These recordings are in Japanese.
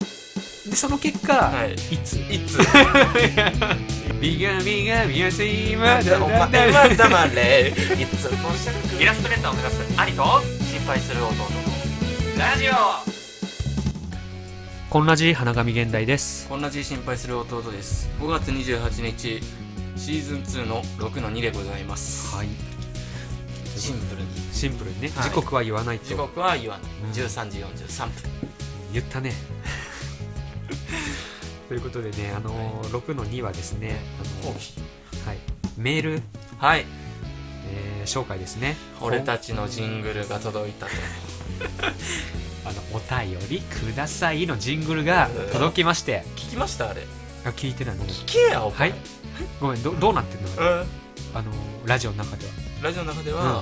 でその結果、はいいつ いつビガビガビガシーマお前は黙れいつもしイラストレーターを目指す兄と心配する弟のラジオ こんなじ花神現代ですこんなじ心配する弟です5月28日シーズン2の6の2でございますはいシンプルにシンプルにね、はい時刻は言わない時と刻は言わない、うん13時43分言ったね ということでねあのー6の2はですねあのーはい、メール、はいえー紹介ですね俺たちのジングルが届いたとあのお便りくださいのジングルが届きまして聞きましたあれあ聞いてないごめん聞けやおはい前、ごめんどどうなってんのうんあのラジオの中ではラジオの中では、うんあの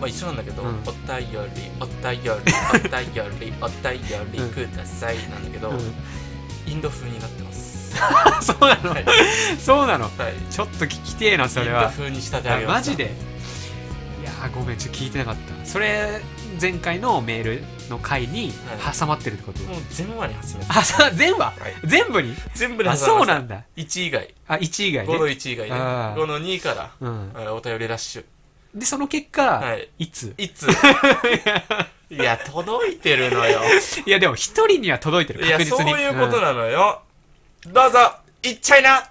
まあ、一緒なんだけど、うんお便りお便 りお便りお便りうんくださいなんだけど、うんインド風になってます、あ そうなの、はいそうなのはい、ちょっと聞きてえなそれインドは風に仕立て上あげまマしたジでいやーごめんちょっと聞いてなかったそれ前回のメールの回にはい挟まってるってこと、もう全話に始めたあさ全部、い全部に全部に挟あみましたそうなんだ1以外あ1以外5のね、 1以外ねあー5の2かうん、ら、はいお便りラッシュでその結果、はいいつ いついや届いてるのよいやでも一人には届いてるいや確そう実にいうことんなのよ、どうぞいっちゃいな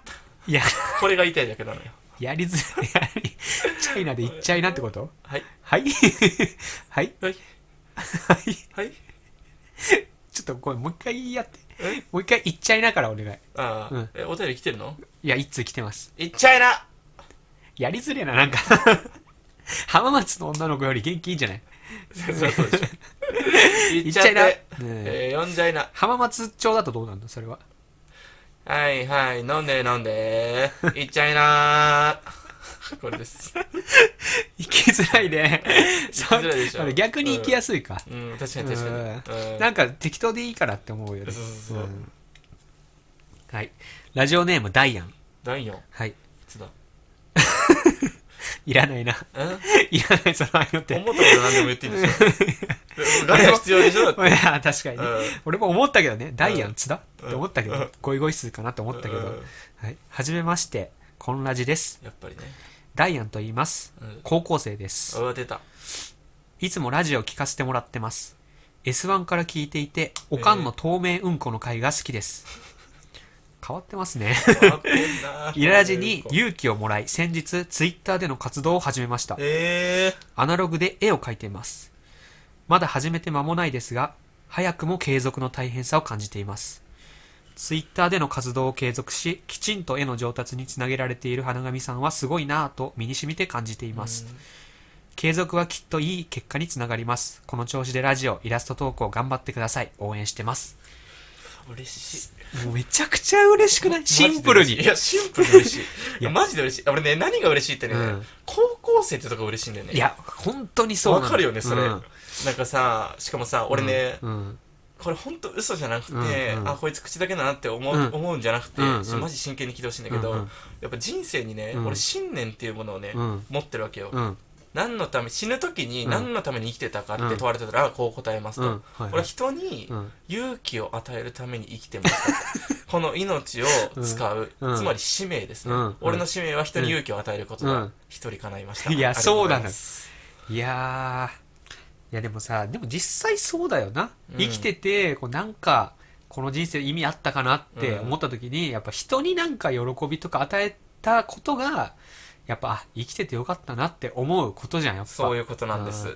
いやこれが言いたいだけなのよやりづらいやりチャイナで行っちゃいなってことはいはい はいはいはいはいちょっとこれもう一回やってえもう一回行っちゃいなからお願いああ、うんえお便り来てるのいやいつ来てますいっちゃいなやりづれえななんか 浜松の女の子より元気いいんじゃないそうそうでしょい行っちゃってな、うんえー、呼んじゃいな浜松町だとどうなんのそれははいはい飲んで飲んでいっちゃいな これです行きづらいね 行きづらいでしょそう逆に行きやすいか、うん確かに確かにうんなんか適当でいいからって思うよねそうそうそううんはいラジオネームダイアン第4いはいつだいらないな うんいらないその愛の手思ったこと何でも言っていいんで しょガが必要でしょだってい や確かにね、うん俺も思ったけどねダイアうンん津田って思ったけど、うんゴイゴイスーかなと思ったけど、うんはいはじめましてこんラジですやっぱりねダイアンと言いますうん高校生ですう わ出たいつもラジオ聞かせてもらってます S1 から聞いていておかんの透明うんこの回が好き です、変わってますね 笑ってんなイララジに勇気をもらい先日ツイッターでの活動を始めましたえアナログで絵を描いていますまだ始めて間もないですが早くも継続の大変さを感じていますツイッターでの活動を継続しきちんと絵の上達につなげられている花神さんはすごいなぁと身に染みて感じています継続はきっといい結果につながりますこの調子でラジオイラスト投稿頑張ってください応援してますー嬉しいもうめちゃくちゃ嬉しくないシンプルにいやシンプルに嬉しいい いややマジで嬉しい俺ね何が嬉しいってね、うん高校生ってとこ嬉しいんだよねいや本当にそうなわのかるよねそれ、うんなんかさしかもさ俺ね、うんこれほんと嘘じゃなくて、うんうんあこいつ口だけだなって思う,、うん思うんじゃなくて、うんうんマジ真剣に聞いてほしいんだけど、うんうんやっぱ人生にね、うん俺信念っていうものをね、うん持ってるわけよ、うん何のため死ぬ時にうん何のために生きてたかって問われてたらこう答えますと、うんはいはい俺は人にうん勇気を与えるために生き てますとこの命を使う、うんつまり使命ですね、うんうん俺の使命は人に勇気を与えることうだん一、人叶いましたいやありがとそございうなのますいやーいやでもさでも実際そうだよな、うん生きててこうなんかこの人生意味あったかなって思った時に、やっぱ人になんか喜びとか与えたことがやっぱあ生きててよかったなって思うことじゃんやっぱそういうことなんです、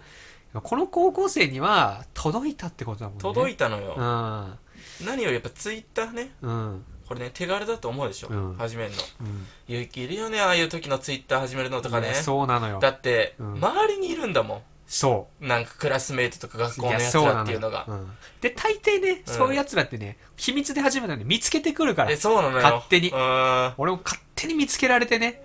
うこの高校生には届いたってことだもんね届いいたのよ、うん何よりやっぱツイッターねうんこれね手軽だと思うでしょ、うん始めるのうん勇気いるよねああいう時のツイッター始めるのとかいねやそうなのよだって、うん周りにいるんだもそうんなんかクラスメイトとか学校いのややつそうらなっていうのがようんで大抵ね、うんそういうやつらってね秘密で始めたのに見つけてくるからえそうなのよ勝手にうーん俺も勝手に見つけられてね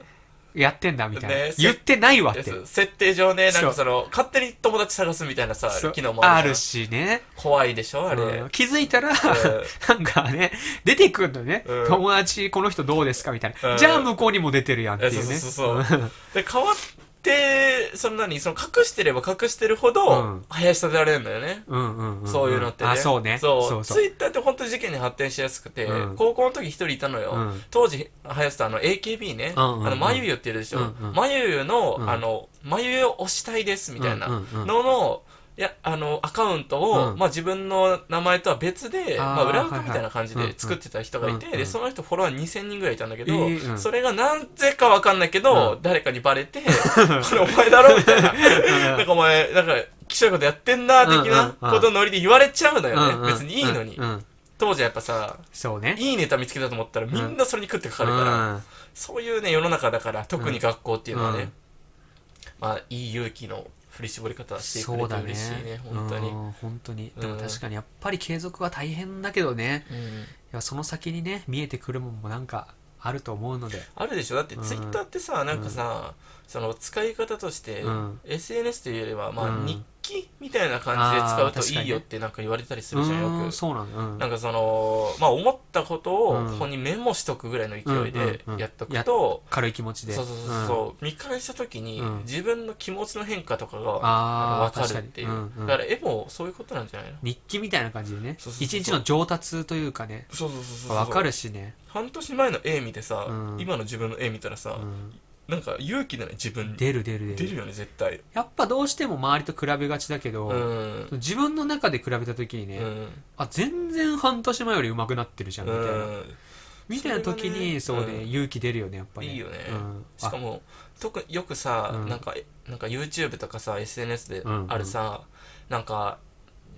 やってんだみたいな、ね言ってないわってです設定上ねなんそかうその勝手に友達探すみたいなさそう機能もあるあじゃんるしね怖いでしょあ れ、うん気づいたら、うなんかね出てくるのね、うん友達この人どうですかみたいな、うんじゃあ向こうにも出てるやんってえいうそうねそうそうそうで変わってで、その何、その隠してれば隠してるほうどん、林立てられるんだよね。うんうんうんんそういうのってね。あそうねそう。そうそうツイッターって本当に事件に発展しやすくて、うん高校の時一人いたのよ。うん当時、林さん、あの、AKB ね。うんうんうんあの、まゆゆって言うでしょ。うんうんまゆゆの、うんあの、まゆゆを推したいです、みたいな。うんうんうんのの、いや、あの、アカウントを、うんまあ自分の名前とは別で、あーまあ裏は垢いはいみたいな感じうんうんで作ってた人がいて、うんうんで、その人フォロワー2000人ぐらいいたんだけど、えーうんそれが何故かわかんないけど、う誰かにバレて、 これお前だろみたいな。なんかお前、なんか、きしょいことやってんな、的うなんうんうんことのノリで言われちゃうのうんようんね。別にいいのにう。んうん当時はやっぱさ、そうねいいネタ見つけたと思ったらみんなそれに食ってかかるから、うんそういうね、世の中だから、特に学校っていうのはうねん、まあ、いい勇気の振り絞り方してくそれうてだ嬉しいねね、本当にう。ん本当にうんでも確かにやっぱり継続は大変だけどねうんいやその先にね見えてくるもんもなんかあると思うのであるでしょだってうんツイッターってさ、なんかさ、その使い方として、うん SNS というよりは、まうあ、ん日記みたいな感じであー使う確とかいにいねよってなんか言われたりすうるじゃん、よーくん。そうなのうんなんかその、まあ、思ったことをうんここにメモしとくぐらいの勢いでうんうんうんやっとくと、軽い気持ちでそうそうそうそう、見返した時にうん自分の気持ちの変化とかがああ分かるっていう、確かにうんうんだから絵もそういうことなんじゃないの日記みたいな感じでねそうそうそう一日の上達というかねそうそうそうそう分かるしね半年前の絵見てさ、うん今の自分の絵見たらさ、うんなんか勇気だね自分に出る出る出出るるよね絶対やっぱどうしても周りと比べがちだけうどん自分の中で比べた時にねうんあ全然半年前より上手くなってるじゃんみたいなみたいな時にそれそうがねね勇気出るよねやっぱりいいよねうんしかも特によくさ、うんなんかえなんか YouTube とかさ SNS でうんうんあるさ、なんか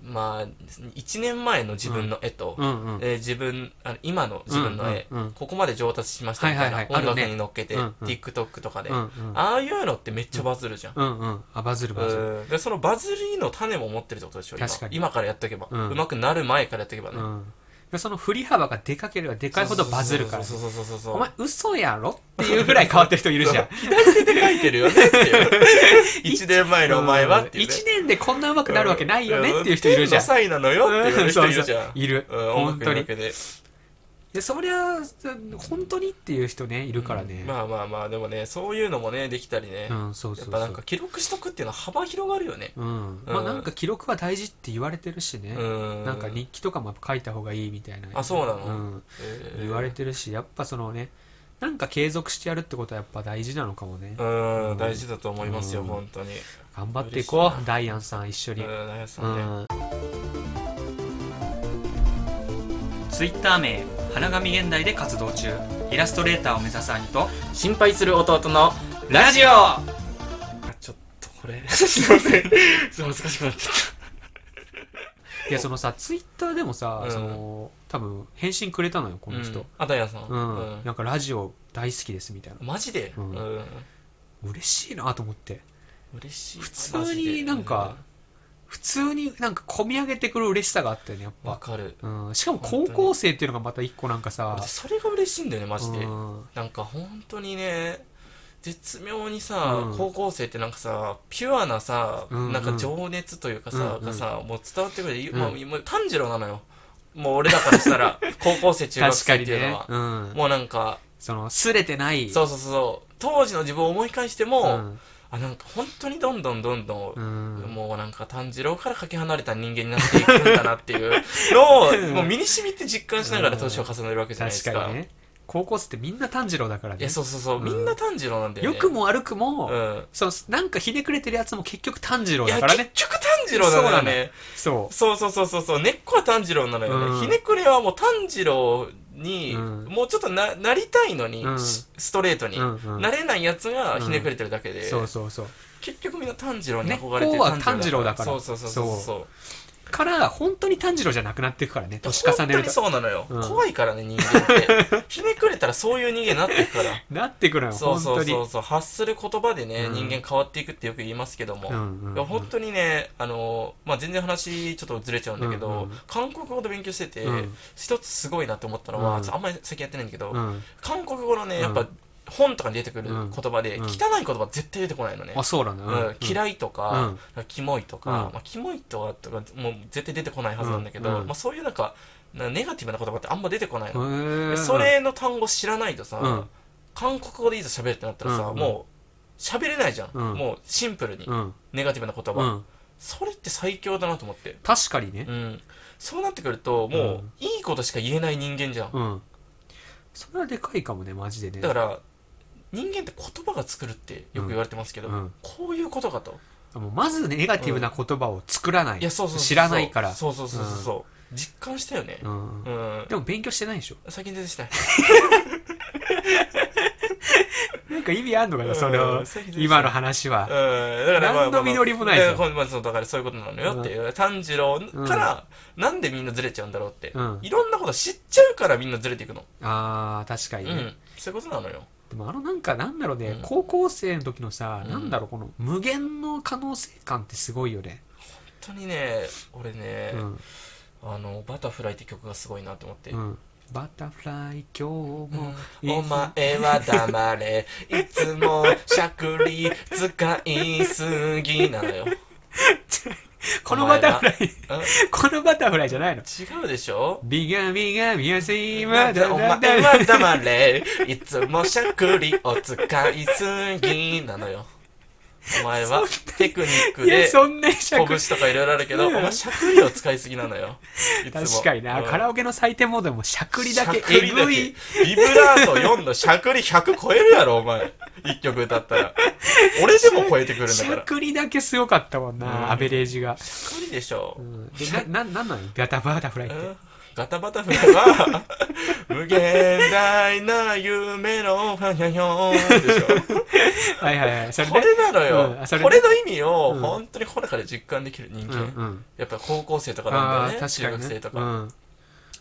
まあ1年前の自分の絵と、あうんうんえー自分あの今の自分の絵、うんうんうんここまで上達しましたみたいな、はいはいはい音ある楽ねに乗っけて、うんうん TikTok とかで、うんうんああいうのってめっちゃバズるじゃん、うんうんあバズるバズるうんでそのバズりの種も持ってるってことでしょ今確かに今からやっとけば、ううんまくなる前からやっとけばね、うんでその振り幅がでかければでかいほどバズるからねそうそうそうそうそうお前嘘やろっていうぐらい変わってる人いる じゃん左手で書いてるよねって いう。1年前のお前はっていう、ね。 1年でこんな上手くなるわけないよねっていう人いるじゃん天のサイなのよっていう人いるじうんそうゃ。そうんいるうん、本当音楽にだけで。でそりゃ本当にっていう人ねいるからねまあまあまあ、でもね、そういうのもね、できたりね。うんそうそやうそっうぱなんか記録しとくっていうのは幅広がるよね。うんまあうんなんか記録は大事って言われてるしねうん。なんか日記とかもやっぱ書いた方がいいみたいなあそうなのんえー言われてるしやっぱそのねなんか継続してやるってことはやっぱ大事なのかもねうん、大事だと思いますよ、うん本当に。頑張っていこ嬉しいうなダイアンさん一緒うにん、ナヤさうんね。んツイッター名花神現代で活動中イラストレーターを目指す兄と心配する弟のラジオちょっとこ れ、すいません。ちょっと恥ずかしくなっちゃっいやそのさツイッターでもさうんその多分返信くれたのよこた。の人うんあ、ダイヤさん。うんなんかラジオ大好きですみたいなうんマジで、うんうん嬉しいなと思って嬉しい普普通になんか普通になんか込み上げてくる嬉しさがあったよねやっわぱ、かるうん、しかも高校生っていうのがまた一個なんかさ俺それが嬉しいんだよねマジでうんなんか本当にね絶妙にさ、うん高校生ってなんかさピュアなさ、うんうんなんか情熱というかさ、うんうんがさもう伝わってくる、うんもうもう炭治郎なのよもう俺らからし たら高校生中学確か生っにていうねのは、うん、もうなんかそのすれてないそうそうそう当時の自分を思い返しても、うんあなんか本当にどんどんどんどん、うんもうなんか炭治郎からかけ離れた人間になっていくんだなっていう のをもう身に染みて実感しながら年を重ねるわけじゃないで確すか。かにね高校生ってみんな炭治郎だからいねやそうそうそう、うんみんな炭治郎なんだよ良ね。くも悪くも、うん。そのなんかひねくれてるやつも結局炭治郎いやだから結ね局炭治郎なんだよね。そそうそうそうそうそう根っこは炭治郎なのよね。うんひねくれはもう炭治郎に、うんもうちょっとななりたいのに、うんしストレートに、うんうんなれないやつがひねくれてるだけで、うそうそうそう結局みんな炭治郎に憧れて根っるこは炭治郎だからそうそうそうそうそそう。から本当に炭治郎じゃなくなっていくからね年重ね本当るにとそうなのよ、うん怖いからね人間って ひねくれたらそういう人間になっていくからなってくるのよそう本そ当うにそうそう発する言葉でね、うん人間変わっていくってよく言いますけども、うんうんうんいや本当にねあの、まあ、全然話ちょっとずれちゃうんだけど、うんうん韓国語で勉強してて、うん一つすごいなって思ったのは、うんちょっとあんまり最近やってないんだけど、うん韓国語のねやっうぱん本とかに出てくるうん言葉で、うん汚い言葉絶対出てこないのね、あそうなんだ、うん嫌いいとか、キモいとか、うんまあ、キモいとかとかもう絶対出てこないはずなんだけど、うんうんまあ、そういうなんかなネガティブな言葉ってあんま出てこないの、へえそれの単語知らないとさ、うん韓国語でいざ喋るってなったらさ、うんうんもう喋れないじゃん、うんもうシンプルに、うん。ネガティブな言葉、うん。それって最強だなと思って、確かにねう。ん、そうなってくるともう、うんいいことしか言えない人間じゃん、うん。それはでかいかもね、マジでね。だから人間って言葉が作るってよく言われてますけど、うん。こういうことかともうまずネガティブな言葉を作らない。いやそうそうそう知らないから。そうそうそうそうそう、実感したよねうんう。ん、でも勉強してないでしょ。最近出 てきたなんか意味あんのかな、そうんの、最近出てきた今の話うんは。だからま何あの実りもないぞまあまあまあそうだからそういうことなのよっていう、炭治郎から、なんでみんなずれちゃうんだろうって、うんいろんなこと知っちゃうからみんなずれていくの、あー、確かにね。うんそういうことなのよでもあのなんか、なんだろうねうん、高校生の時のさ、うんなんだろう、この無限の可能性感ってすごいよね。本当にね俺ね、うん。あの「バタフライ」って曲がすごいなと思って、うん。バタフライ、今日も。お前は黙れいつもしゃくり使いすぎなのよこのバタフライ、お前はこのバタフライじゃないの。違うでしょビガビガビガセイおマ前ダダダは黙れいつもしゃくりを使いすぎなのよお前はテクニックいや、でそんなしゃほくぐしとかいろいろあるけど、ねえお前しゃくりを使いすぎなのよいつも確かにな、うんカラオケの採点モードでもしゃくりだけしゃくえりだぐけい。ビブラート4のしゃくり100超えるやろ、お前。一曲歌ったら。俺でも超えてくるんだしかゃら。くりだけすごかったもんな、うんアベレージが。しゃくりでしょう。ん、で、 な、な、なんなのバタバタフライっうて。んガタバタフライは、無限大な夢のファンャョンでしょ。はいはいはい。それこで。れなのうんあよ。それねこれの意味をうん本当にほらから実感できる人うん間。うん。やっぱ高校生とかなあんあー、だよね。中確学かに生ね。とうか。ん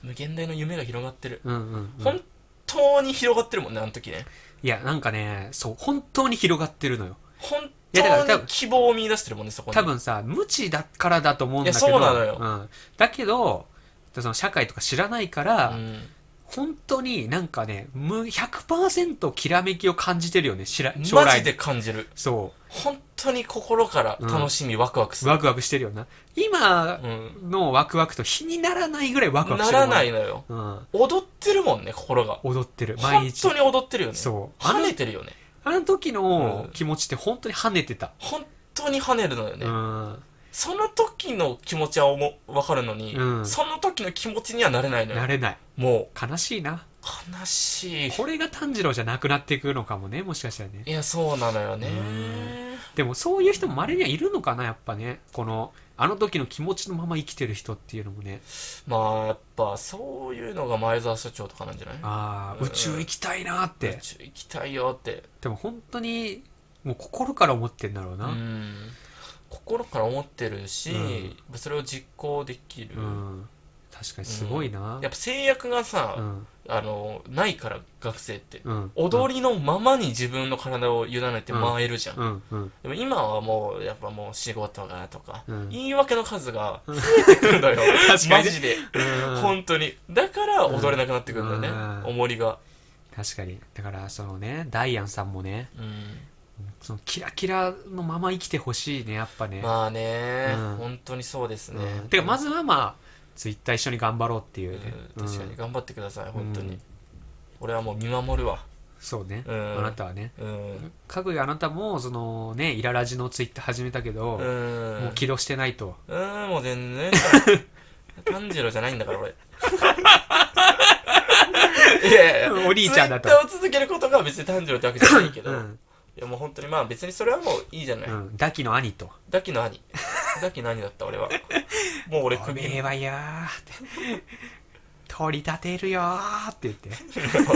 無限大の夢が広がってる。うんうんうん。本当に広がってるもんね、あの時ね。いや、なんかね、そう、本当に広がってるのよ。本いやだから当多に分希望を見出してるもんね、そこに。多分さ、無知だからだと思うんだけど。いやそうなのようん。だけど、その社会とか知らないかうら、ん。本当になんかね、無100%きらめきを感じてるよね、しら将来マジで感じる。そ本当に心から楽しみ、ワクワクう。する。ワクワクしてるよな。今うん。のワクワクと比にならないぐらいワクワクしてなるらもん。ないのよ。うん。踊ってるもんね、心が。踊ってる。毎本日。当に踊ってるよね。そう。あ跳のね、てるよね。あの時のうん気持ちって本当に跳ねてた。本当に跳ねるのよね。うん。その時の気持ちは思うわかるのに、うんその時の気持ちにはなれないのなよ。れない。も悲しいな。う、悲しい。これが炭治郎じゃなくなっていくのかもね、もしかしたらね。いや、そうなのよねう。でもそういう人も稀にはいるのかな、やっぱね。この、あの時の気持ちのまま生きてる人っていうのもね。まあ、やっぱ、そういうのが前澤社長とかなんじゃないああ、うん宇宙行きたいなっ宇て。宙行きたいよって。でも本当に、もう心から思ってんだろううな。ん。心から思ってるし、それを実行できる。うん。確かにすごいな。やっぱ制約がさ、うん。あのないから学生ってうん。踊りのままに自分の体を委ねて回えるじゃん、うんうん。でも今はもうやっぱもう仕事がとか、うん言い訳の数が増えてくるのよ 確かにねマジでうん本当にだから踊れなくなってくるんだよね、うん重りが確かに。だから、そのね、ダイアンさんもね、うんそのキラキラのまま生きてほしいね、やっぱね。まあね、うん本当にそうですね、うんてか、まずはまあ、ツイッター一緒に頑張ろうっていううんね。確かにうん頑張ってください本当に、うん俺はもう見守るわそうね。うんあなたはね。うん、かぐやあなたも、そのね、イララジのツイッター始めたけど、うん、もう起動してないと。うーん、もう 全然。炭治郎じゃないんだから、俺。いやいやお兄ちゃんだとツイッターを続けることが別に炭治郎ってわけじゃないけど。ういん。や、もう本当にまあ別にそれはもういいじゃない。うん。ダキの兄と。ダキの兄。ダキの兄だった、 俺は。もう俺お首めえはよーって。取り立てるよーって言っ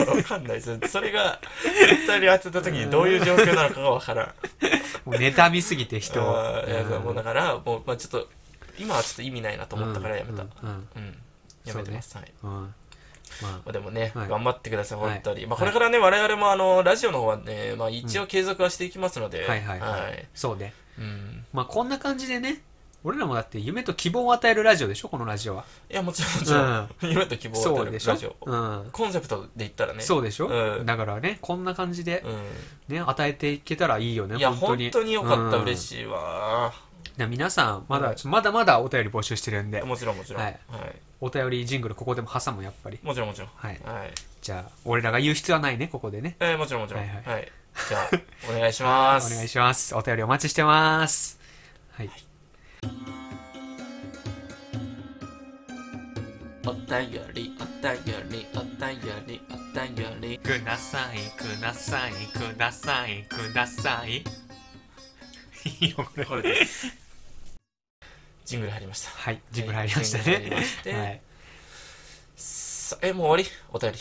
て。わかんないです。それが、絶対に当てた時にどういう状況なのかがわからん。もう妬みすぎて人を。あーいやうんもうだから、もう、まあちょっと、今はちょっと意味ないなと思ったからやめた。ううんん。うんやめてます。はい。うんうんままあ、でもね、はい頑張ってください、はい本当に。まあ、これからね、我々もあのラジオの方はね、まあ、一応継続はしていきますので、あ、はいはいはい。はいそうね。うん、まあこんな感じでね、俺らもだって夢と希望を与えるラジオでしょ、このラジオは。いや、もちろん、もちろん、 夢と希望をそ与えうるでしラジょオ。。うん。コンセプトで言ったらね、そうでしょ、うんだからね、こんな感じでう、ね、与えていけたらいいよね、ん、いや、本当本に。当によかった、うん嬉しいわ。で皆さん、まだ、まだまだお便り募集してるんで、もちろん、もちろん、ははいい、お便りジングルここでも挟む、やっぱり。もちろん、もちろん、はい。はい、じゃあ、俺らが言う必要はないね、ここでね。えーもちろん、もちろん、ははいい、ははいい、じゃあ、お願いし まお願いす。します。お便りお待ちしてます。はい。お便り、お便り、お便り、お便り。くださいくださいくださいくださ いいいよこれこれですジングル入りました。はい。ジングル入りましたジングル入りね。ましてはい。さえ、もう終わりお便り。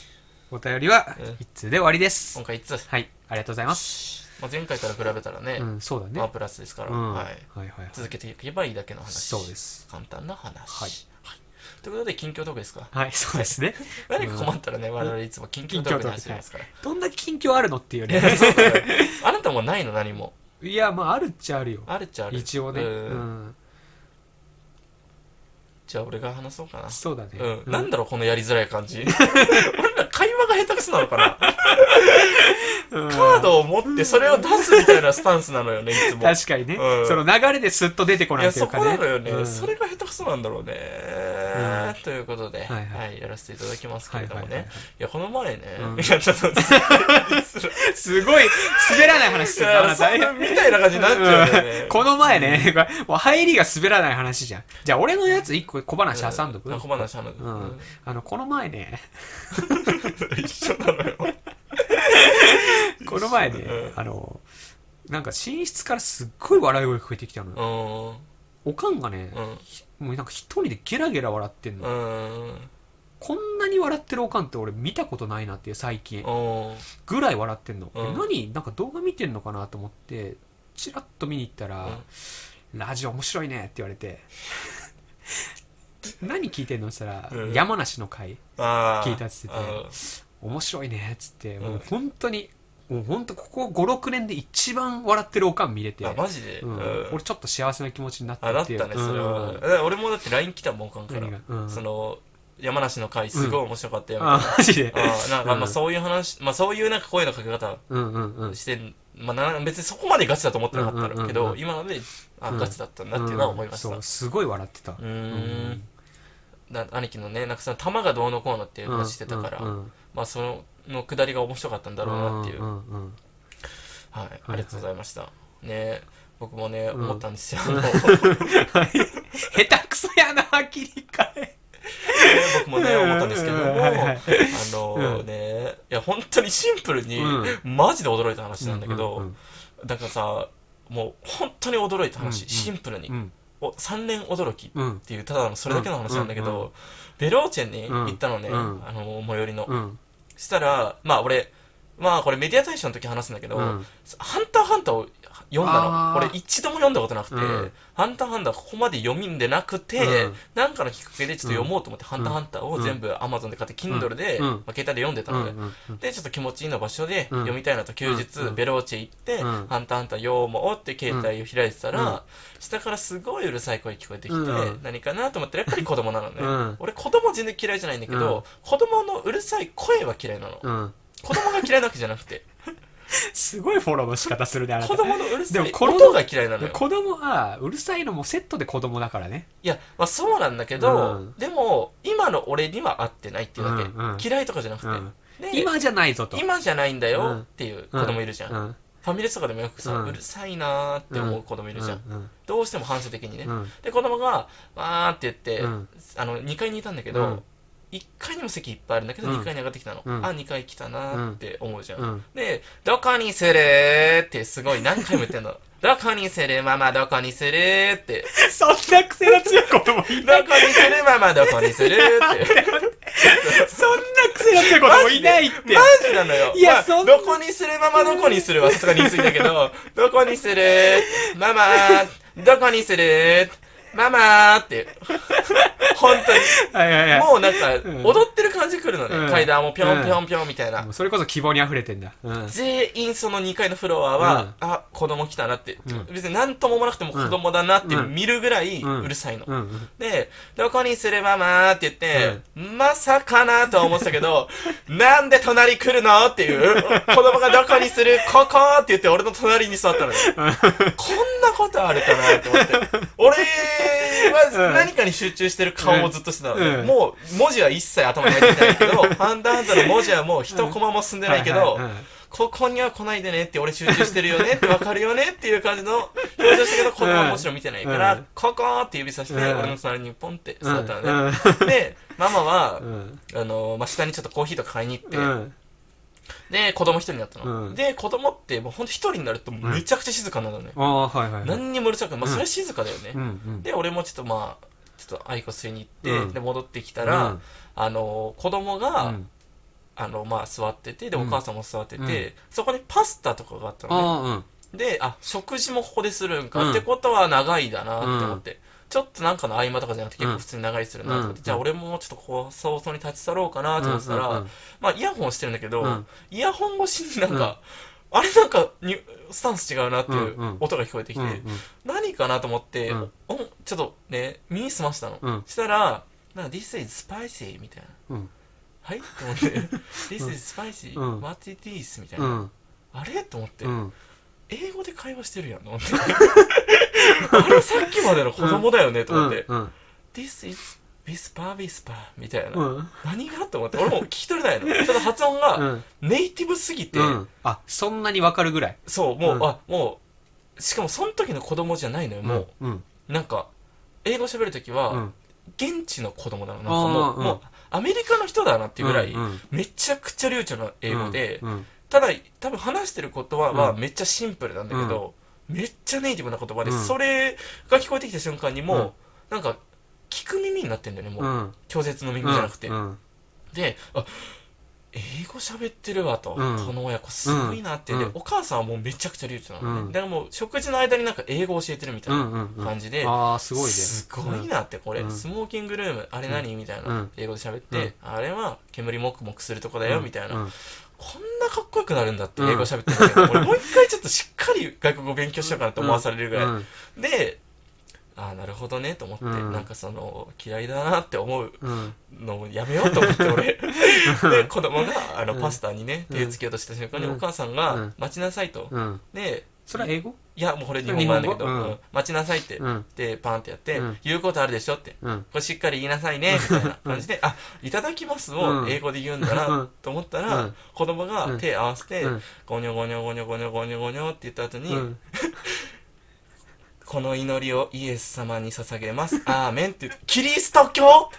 お便りはうん一通で終わりです今。回いつはい。ありがとうございます。まあ、前回から比べたらね、うん、そうだね。まあプラスですから、うん。ははいい。はいはい。続けていけばいいだけの話。そうです。簡単な話。はいはいということで、近況トークですかはい、そうです ね。何か困ったらね、我々いつも近況トークに走りますから。どんだけ近況あるのっていうね。 そうだよあなたもないの何も。いや、まあ、あるっちゃあるよ。あるっちゃある。一応ね。ううんん。じゃあ俺が話そうかな。そうだね。うん。なんだろう、このやりづらい感 じ。俺ら会話が下手くそなのかなうんカードを持ってそれを出すみたいなスタンスなのよね、いつも。確かにねう。んその流れですっと出てこいないや、というそかこね。なのよね、うんそれが下手くそなんだろうね、うということで、ははいいはいやらせていただきますけはれいどはもいね。いはい。や、この前ね、うん いや、 ちょっと、すごい、滑らない話するいな。あやなそたんなみたいな感じになっちゃうよね。うんこの前ね、もう入りが滑らない話じゃん。じゃあ俺のやつ一個小話挟んどく。う小話挟む。ううんん。あの、この前ね、一緒なのよ。この前ねう、んあの、なんか寝室からすっごい笑い声聞こえてきたのよ。うおかんがね、ん。うん。もうなんか一人でゲラゲラ笑ってんの。うん。こんなに笑ってるおかんって俺見たことないなっていう最近。うん。ぐらい笑ってんの。でうん何なんか動画見てんのかなと思って、チラッと見に行ったら、ラジオ面白いねって言われて、 何聞いてんのって言ったら、うん山梨の会。あー聞いたっつっててう面白いねっつって、もううん本当にもう本当ここ56年で一番笑ってるおかん見れて、んあ、マジで、ううんん俺ちょっと幸せな気持ちになったあ、なっっていうたね、それは。うんうん俺もだって LINE 来たもん、おかんから何が。うんその、山梨の会、すごい面白かったよ、みたいな。あマジでああなんか、うんまあそういう話、まあそういうなんか声のかけ方うんうんうんしてん、まあな別にそこまでガチだと思ってなかったんだけど、うんうんうんうん今ので、あ、うんガチだったんだっていうのは思いました。うそうすごい笑ってたーん。な兄貴のね、なんかその玉がどうのこうのっていう話してたから、うんうんうんまあその、のくだりが面白かったんだろうなっていう。んんんはい、ありがとうございました。ね僕もね、うん思ったんで すよ。はい下手くそやな切り替え僕もね、思ったんですけども、うんはいはいあのね、いや、本当にシンプルに、うマジで驚いた話なんだけど、うんだからさもう本当に驚いた話、うんうんシンプルに、うんお3年驚きっうんていうただのそれだけの話なんだけど、うんうんうベローチェに行ったのね、うんあの最寄りの、うんしたらまあ俺まあこれメディア大賞の時話すんだけど「うんハンターハンター」を読んだあのー俺一度も読んだことなくて「うんハンターハンター」ここまで読みんでなくて、うんなんかのきっかけでちょっと読もうと思って「ハンターハンター」を全部 Amazon で買って Kindle で、うんまあ、携帯で読んでたうんのうで、んうんで、ちょっと気持ちいいの場所でうん読みたいなと休日、うんベローチェ行って、うんハンターハンター読もうって携帯を開いてたら、うん下からすごいうるさい声聞こえてきて、うん何かなと思ったらやっぱり子供なのね。うん俺子供全然嫌いじゃないんだけど、うん子供のうるさい声は嫌いなの。うん子供が嫌いなわけじゃなくて、すごいフォローの仕方するねあなた子供のうるさでいも子供音が嫌いなのよ。子供はうるさいのもセットで子供だからねいや、まあそうなんだけど、うんでも、今の俺には合ってないっていうだけ。うんうん嫌いとかじゃなくて。うんで今じゃないぞと今じゃないんだうんよっていう子供いるじゃん。うんファミレスとかでもよくさ、ううんるさいなーって思う子供いるじゃん、うんどうしても反射的にね、うんうんで子供が「わー」って言って、うんあの2階にいたんだけど、うん1階にも席いっぱいあるんだけど、うん2階に上がってきたの、うんあ2階来たなーって思うじゃん、うんで「どこにする?」ってすごい何回も言ってんの 「どこにするママどこにする?」ってそんな癖の強い子供い「どこにするママどこにする?」ってそんな癖の強い子供いないってマジなのよいやまあそんなどこにするママどこにするはさすがに言い過ぎだけどどこにするママどこにするママって本当にはいはいはいもうなんか、ん踊ってる感じくるのね、うん階段もぴょんぴょんぴょんみたいな、もうそれこそ希望に溢れてんだうん全員その2階のフロアは、あ子供来たなって、うん別に何とも思わなくても子供だなってうん見るぐらいうんうるさいの、うんうんで「どこにするママ?」って言って、まさかなとは思ってたけど 「なんで隣来るの?」っていう子供が「どこにするここ!」 って言って俺の隣に座ったのよこんなことあるかなって思って俺うはん何かに集中してる顔をずっとしてたので、うんもう文字は一切頭に入ってないけど、ハンダハンダの文字はもう一コマも進んでないけどはいはい、はいここには来ないでねって、俺集中してるよねって、わかるよねっていう感じの表情してるけど、ここはもちろん見てないかうらん、ここって指さして、うん俺の隣にポンって座ったのね。うで、ママは、んうんあのまあ、下にちょっとコーヒーとか買いに行って、うんで、子供一人になったの。うんで、子供ってもうほんと一人になるとめちゃくちゃ静かになるのね。ああはいはいはい何にもうるさくないまあ、それは静かだよね。うんうんで俺もちょっとまあちょっと愛子吸いに行って、うんで戻ってきたら、うんあの子供が、うんあのまあ座っててでうおん母さんも座ってうて、んそこにパスタとかがあったのねあであ食事もここでするんか、うんってことは長いだなって思って、ちょっとなんかの合間とかじゃなくて結構普通に長いするなと思って、うんじゃあ俺もちょっとこう早々に立ち去ろうかあなうんと思ってたら、まあイヤホンしてるんだけど、うんイヤホン越しになんか、あれなんかにスタンス違うなっていううんうん音が聞こえてきて、何かなと思って、うんおちょっとね耳に澄ましたの、うんしたら「なんか This is spicy」みたいなうんうん「はい?」と思って 「This is spicy、うん what it is」みたいうな、んあれと思って、うん英語で会話してるやんと思ってあれさっきまでの子供だよねと思って「うん This is ビスパービスパー」みたいな、うん何がと思って俺も聞き取れないのただ発音がうんネイティブすぎて、うんあそんなにわかるぐらいそうもう、うんあもうしかもその時の子供じゃないのよもう、うんなんか英語喋る時は、うん現地の子供なのなんかもあーう,、うんもうアメリカの人だなっていうぐらい、うんめちゃくちゃ流暢な英語で、うんうんただ多分話してる言葉はうんめっちゃシンプルなんだけど、めっちゃネイティブな言葉で、うんそれが聞こえてきた瞬間にもう、うんなんか聞く耳になってんだよねもう、うん拒絶の耳じゃなくて、うんであ英語喋ってるわうと、んこの親子すごいなって、うんでうんお母さんはもうめちゃくちゃ流暢なのね、うんだからもう食事の間になんか英語を教えてるみたいうんうなんうん感じで、ああすごいねすごいなってこれ、うんスモーキングルームあれ何、みたいな、うん英語で喋って、うんあれは煙もくもくするとこだよ、みたいな、うんこんなかっこよくなるんだってうん英語喋ってるけど、俺もう一回ちょっとしっかり外国語勉強しようかなって思わされるぐらい、うんでああなるほどねと思って、うんなんかその嫌いだなって思ううんのをやめようと思って 俺で子供があのパスタにね、うん手つけようとした瞬間にうんお母さんうがん「待ちなさい」と、うんでそれは英語いやもうこれ日本語なんだけ日ど「本語うんうん待ちなさい」って、うんでパンってやって、うん言うことあるでしょ」ってうんこれしっかり言いなさいね、みたいな感じで、あ、いただきますを英語で言うんだう、なんと思ったら、うん子供が手合わせて、うんゴニョゴニョゴニョゴニョゴニョゴニョって言った後に、うんこの祈りをイエス様に捧げ ます、アーメンって言って、キリスト教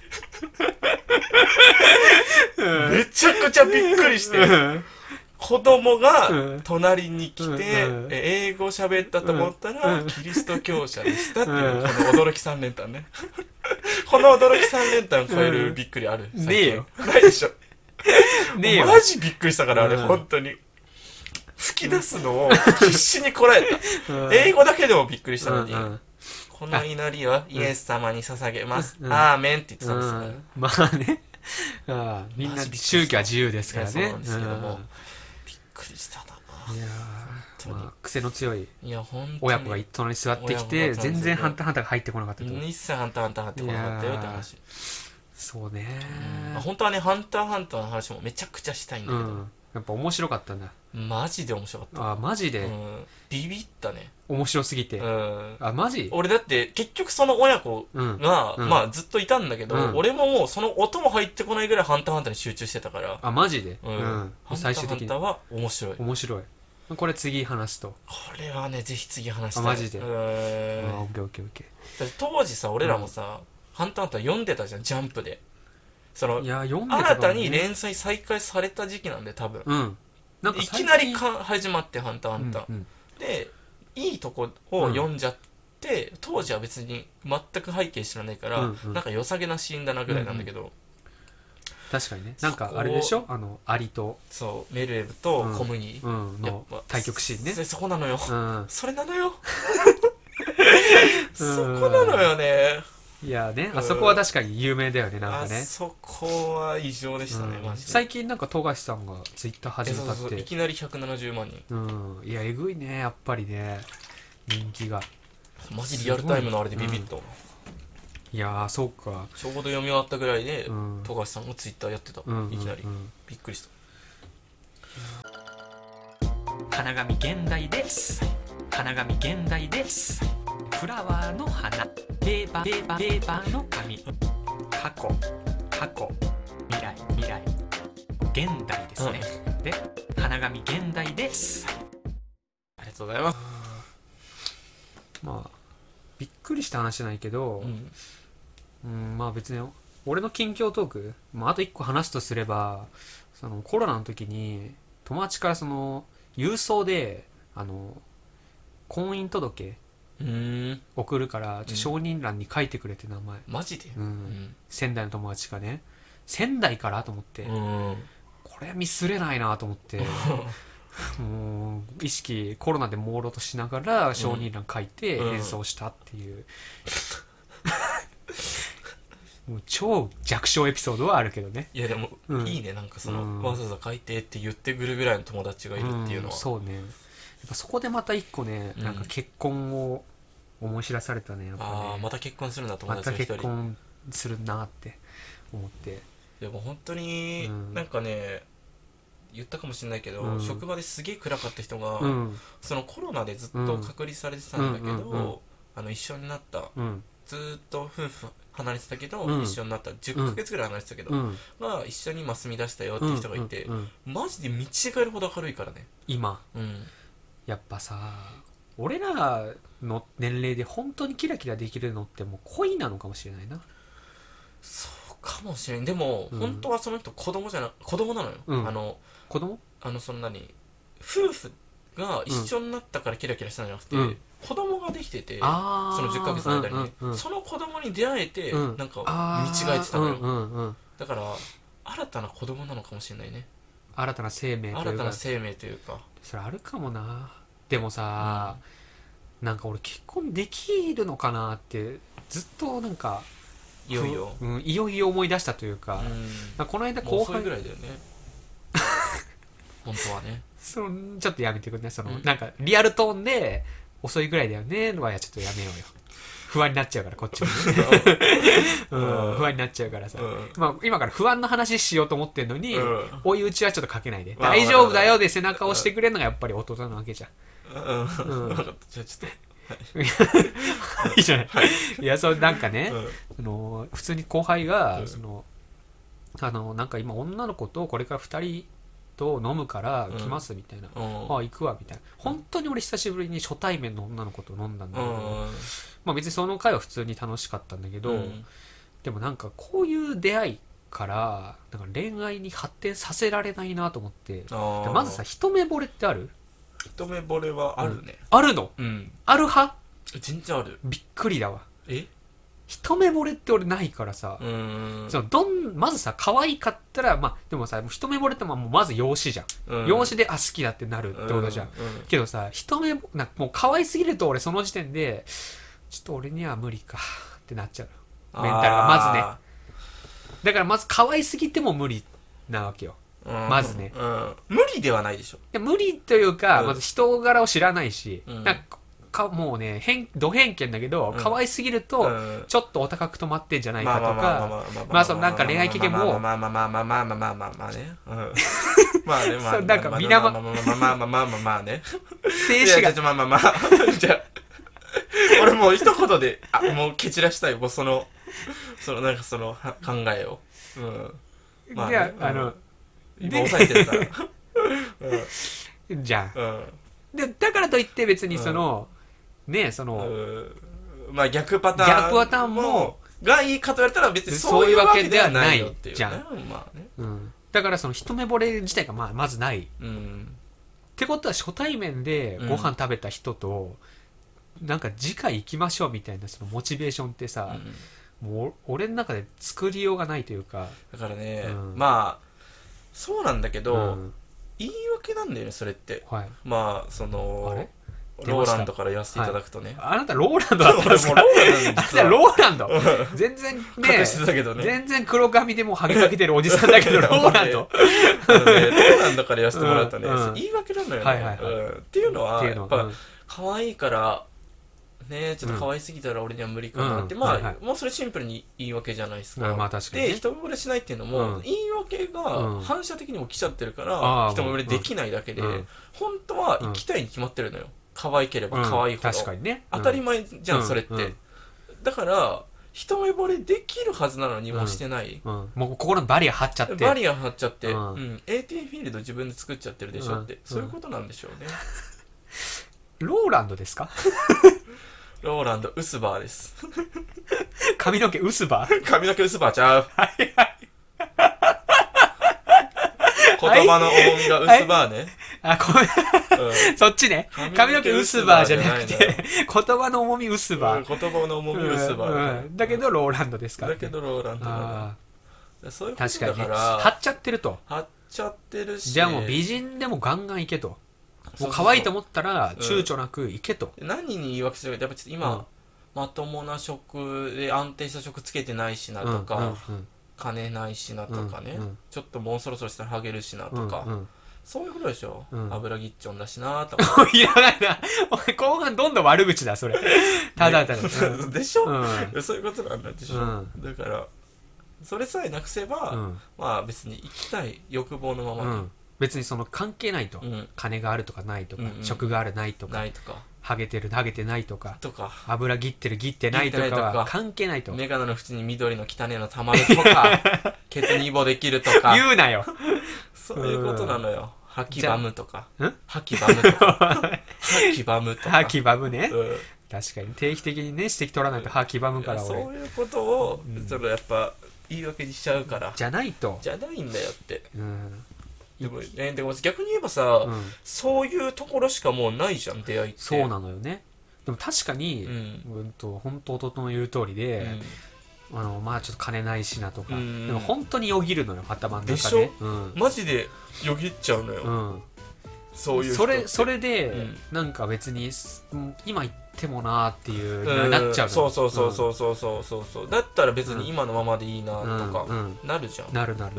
めちゃくちゃびっくりして、子供うんが隣に来て、うんえ英語喋ったと思ったら、うんキリスト教者でしたっていう、うんこの驚き3連単ね。 この驚き3連単超えるびっくりある、うん最近 ねえよ。ないでしょ。ねえよマジびっくりしたから、あれ、うん本当に。吹き出すのを必死にこらえた。英語だけでもびっくりしたのに、うんこの祈りはイエス様に捧げます。うんアーメンって言ってうたんですよ、んまあねああみんマなジびっくりした宗教は自由ですからいやねそうなんですけどもうんびっくりしたな。いやー、本当にまあ、癖の強いいや、本当に。親子が隣に座ってきて、親子が隣に座って全然ハンターハンターが入ってこなかったと。一切ハンターハンターハンターってこなかったよって話。そうねまあ、本当はね、ハンターハンターの話もめちゃくちゃしたいんだうけん。やっぱ面白かったんだ。ど、マジで面白かっあ、マジた。うでん、ビビったね。面白すぎてう。ん。あ、マジ俺だって、結局その親子うん。が、うんまあずっといたんだけど、うん俺ももうその音も入ってこないぐらいハンターハンターに集中してたから、あ、マジでう。うんん。ハンター最終ハン的ターに。は面白い。こ面白い。これ次話すと。れはね、ぜひ次話したい。あマジでうあ、ん。オッケーオッケーオッケだって当時さ、俺らもさ、ハンターハンター読んでたじゃん、ジャンプで。そー。のい、やー、読んでた新かたもにね。連載再開された時期なんで、多分。うん。なんかい最き近なりか始まって「ハンターハンターうんうん」でいいとこを読んじゃって、当時は別に全く背景知らないから、うんうんなんか良さげなシーンだなぐらいなんだけど、確かにね。なんかあれでしょあの、アリと、そうメルエブと小麦、うん、やっのぱ対局シーンねそ。そこなのよ、うん。それなのよそこなのよねいやーね、あそこは確かに有名だよね、なんあかね。そこは異常でしたね、うんマジで最近なんか富樫さんがツイッター始えめそうたそうっそういてきなり170万人うんいやえぐいねやっぱりね人気がマジリアルタイムのあれでビビッと、いやーそうかちょうど読み終わったぐらいで、うん富樫さんがツイッターやってた、うんいきなり、うんびっくりした花紙現代です花紙現代ですフラワーの花ペーパーペーパーペーパーの紙過去過去未来未来現代ですね、で花紙現代ですありがとうございます。まあびっくりした話じゃないけど、うん、まあ別に俺の近況トーク、まあ、あと一個話すとすればそのコロナの時に友達からその郵送であの婚姻届うん。送るから、ちょ承認欄に書いてくれって名前、マジでうんうん。仙台の友達がね仙台からと思って、うん。これミスれないなと思って もう意識コロナで朦朧としながら承認欄書いてうん演奏したっていう、 もう超弱小エピソードはあるけどねいやでも、うんいいねなんかそうんのわざわざ書いてって言ってくるぐらいの友達がいるっていうのは、んそうねやっぱそこでまた一個ね、うんなんか結婚を思い知らされたねやっぱねああまた結婚するんだ友ま達たが一人結婚するなって思ってでも本当にうんなんかね、言ったかもしれないけど、うん職場ですげえ暗かった人が、うんそのコロナでずっと隔離されてたんだけど、うんうんうんうんあの一緒になったうんずーっと夫婦離れてたけど、うん一緒になった10ヶ月ぐらい離れてたけど、うんまあ一緒にまあ住み出したよっていう人がいて、うんうんマジで見違えるほど明るいからね今うんやっぱさ俺らの年齢で本当にキラキラできるのってもう恋なのかもしれないなそうかもしれんでも、うん本当はその人子供じゃな子供なのよ、うんあの子供あのそんなに夫婦が一緒になったからキラキラしたんじゃなくて、うん子供ができててそあーの10ヶ月の間にね、うんうんうんその子供に出会えて、うんなんかあー見違えてたのよ、うんうんうんだから新たな子供なのかもしれないね新たな生命とい新うたかな生命というかそれあるかもなでもさ、なんか俺結婚できるのかなってずっとなんかいよいよ、ふうん、いよいよ思い出したというか,、うこの間ん、もう後遅い輩ぐらいだよね本当はねそのちょっとやめてくんねその、うんなんかリアルトーンで遅いぐらいだよねのはちょっとやめようよ不安になっちゃうからこっちも、うん、不安になっちゃうからさ、うまあ、今から不安の話しようと思ってんのに、うん追い打ちはちょっとかけないで、まあ大丈夫だよで背中を押してくれるのがやっぱり大人なわけじゃんん、うん分かったじゃあちょっ いいじゃない。いや、そう、なんかねと、、うんあの、普通に後輩が、うんその、あの、なんか今女の子とこれから二人と飲むから来ますみたいな。うんああ行くわみたいな本当に俺久しぶりに初対面の女の子と飲んだんだけど、うまあ別にその回は普通に楽しかったんだけど、んでもなんかこういう出会いからなんか恋愛に発展させられないなと思ってあーまずさ一目惚れってある一目惚れはあるねあるのうんある派全然あるびっくりだわえ一目惚れって俺ないからさ、うーんそのどんまずさ可愛かったらまあでもさもう一目惚れってまあもうまず養子じゃん、うん養子であ好きだってなるってことじゃん、うけどさ一目ぼなんかもう可愛すぎると俺その時点でちょっと俺には無理かってなっちゃうメンタルがまずねあだからまず可愛すぎても無理なわけよーうんまずねうん無理ではないでしょで無理というか、うんまず人柄を知らないし、うんなんかかもうね偏ど偏見だけど、うん可愛すぎるうとんちょっとお高く止まってんじゃないかとか、まあまあそのなんか恋愛経験もまあまあまあまあまあまあまあまあまあねうんまあねまあそうなんかまあ皆ままあまあまあまあまあまあまあまあね静止がいやちょちょまあまあまあじゃあ俺もう一言であもう蹴散らしたいもうそのそのなんかそのは考えをうんまあねいやあうのん、今抑えてるからじゃんうんでだからといって別にその、ねその、うんまあ逆パターン逆パターンもがいいかと言われたら別にそうそういうわけではないよっていう、ね、じゃんまあねうんだからその一目惚れ自体がまあまずないっうんてことは初対面でご飯食べた人と、なんか次回行きましょうみたいなそのモチベーションってうさ、んもう俺の中で作りようがないというか、だからね、うんまあそうなんだけど、ん言い訳なんだよねそれってはい、まあそのあれ出ロまーしたランドから言わせていただくとね、あなたローランドだったんですか俺もローランドあな 実はたローランド全然ね隠してたけどね。全然黒髪でもうハゲかけてるおじさんだけ どローランドあのねローランドから言わせてもらうとね、うんうん言い訳なのよね、はいはいはいうんっていうのっは、ていうやのっぱ、は、うん可愛いから、ねちょっと可愛すぎたら俺には無理かなって、うんまあ、はいはいもうそれシンプルに言い訳じゃないですか。まあ確かにねで、一目惚れしないっていうのも、うん言い訳うがん反射的に起きちゃってるから、ああ一目惚れできないだけで、うん本当は行きたいに決まってるのよ。可愛ければ可愛いほど、確かにね当たり前じゃん、うんそれって、うんだから一目惚れできるはずなのにうんもうしてない、前、うん、もう心のバリア張っちゃってバリア張っちゃって、ううんん AT フィールド自分で作っちゃってるでしょって、うんそういうことなんでしょうね、ローランドですかローランド・ウスバーです髪の毛薄ば 髪の毛ウスバーちゃう言葉の重みがウスバーね、あごめうんんそっちね髪髪のの毛毛薄ばじゃなく薄て葉じゃ言葉の重み薄ば、言葉の重みウスバー、うんだけどローランドですからだねけどローランドだかあらそういうーこ確とかだにねから張っちゃってると張っちゃってるしじゃあもう美人でもガンガンいけともう可愛いと思ったらそうそう躊躇なくいけと、何に言い訳するかやっぱちょっと今、うんまともな職で安定した職つけてないしなとか、うんうん金ないしなとかね、うんうんちょっともうそろそろしたらハゲるしうなんとか、うんそういうことでしょ、うん油ぎっちょんだしなとかいらないな。お前、後半どんどん悪口だ、それ。 ただた だ。うんでしょ、うん そういうことなんだでしょ、うんだからそれさえなくせば、うん。まあ別に生きたい欲望のまうまん。別にその関係ないとに、。うん金があるとかないとかうんう、ん職があるないとか、ないとかハゲてる、ハゲてないとか、とか油切ってる、切ってないとか切ってないとはか関係ないと。言メガネの縁に緑の汚ねのたまるとか ケツにイボできるとかう なよ。そういうことなのよ。吐きばむとかじゃあん。吐きばむとか。 吐きばむとか。歯黄ばむね。うん確かに。定期的にね、指摘取らないと歯黄ばむいかやら、そう俺。いうことを、うんそのやっぱ言い訳にしちゃうから。じゃないと。じゃないんだよって。うん。でも、えーでも逆に言えばさ、うんそういうところしかもうないじゃん、出会いって。そうなのよね。でも確かに、う。うんんと、本当弟の言う通りうで、んあのまあちょっと金ないしなとか、うんでも本当によぎるのよ頭の中ででしょうん、マジでよぎっちゃうのよ。うん、そういう人それそれで、うんなんか別にすうん今言ってもなーっていう、うんななっちゃうのそうそうそううそうそうそうそうそうだったら別に今のままでいいなとんか、うんうんなるじゃんなるなる、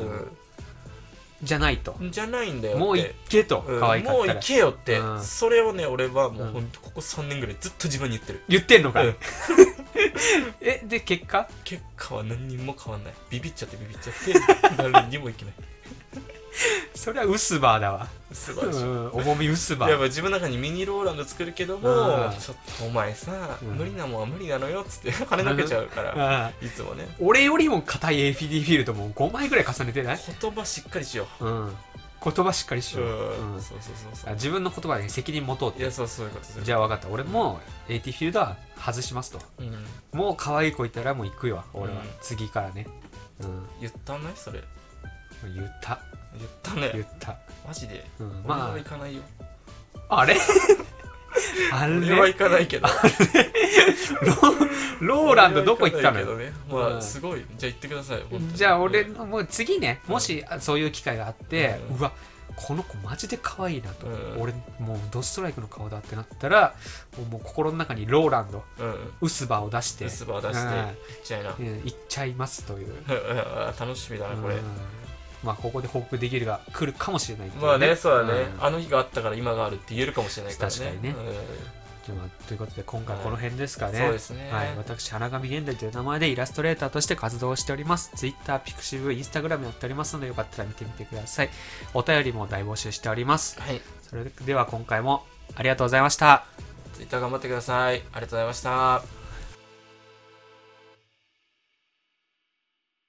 じゃないとうん、じゃないんだよってもう行けと、うん可愛かもっうた行らけよって、うんそれをね俺はもううんほんとここ3年ぐらいずっと自分に言ってる、言ってんのかい、うんえで結果結果は何にも変わんないビビっちゃってビビっちゃっ て誰にもいけないそれはウスバーだわ、素う晴らしい、ん、重みウスバやっーぱ自分の中にミニローランド作るけども、うんちょっとお前さ、うん無理なもんは無理なのよっつって跳ねのけちゃうから、ああいつもね俺よりも硬い APD フィールドも5枚ぐらい重ねてない、言葉しっかりしようん、言葉しっかりしう、うよう、んうんそうそうそうそあう自分の言葉に責任持とうっていやそうそういうことするじゃあ分かった俺も AT フィールドは外しますとうん、もう可愛い子いたらもう行くよ俺は、うん次からねうん言ったねそれ言った言ったね言った、マジで、うん、俺はま行かないよああれあれ俺は行かないけどロローランドどこ行ったのよ、よね、まうんあすごいじゃあ行ってください本当にじゃあ俺うんのもう次ねもしあそういう機会があって、ううんわこの子マジで可愛いなと、うん俺もうドストライクの顔だってなったらもう心の中にローランドうんウスバを出してウスバー出してうん行っちゃいなうん行っちゃいますという 楽しみだなこれうんまあここで報告できるが来るかもしれないっていうまあねそうだねんあの日があったから今があるって言えるかもしれないからね確かにねうんじゃあまあということで今回はこの辺ですかね、そうですねはい、私、花神現代という名前でイラストレーターとして活動をしております。Twitter、Pixiv、Instagram やっておりますので、よかったら見てみてください。お便りも大募集しております。はいそれでは今回もありがとうございました。ツイッター頑張ってくださいありがとうございました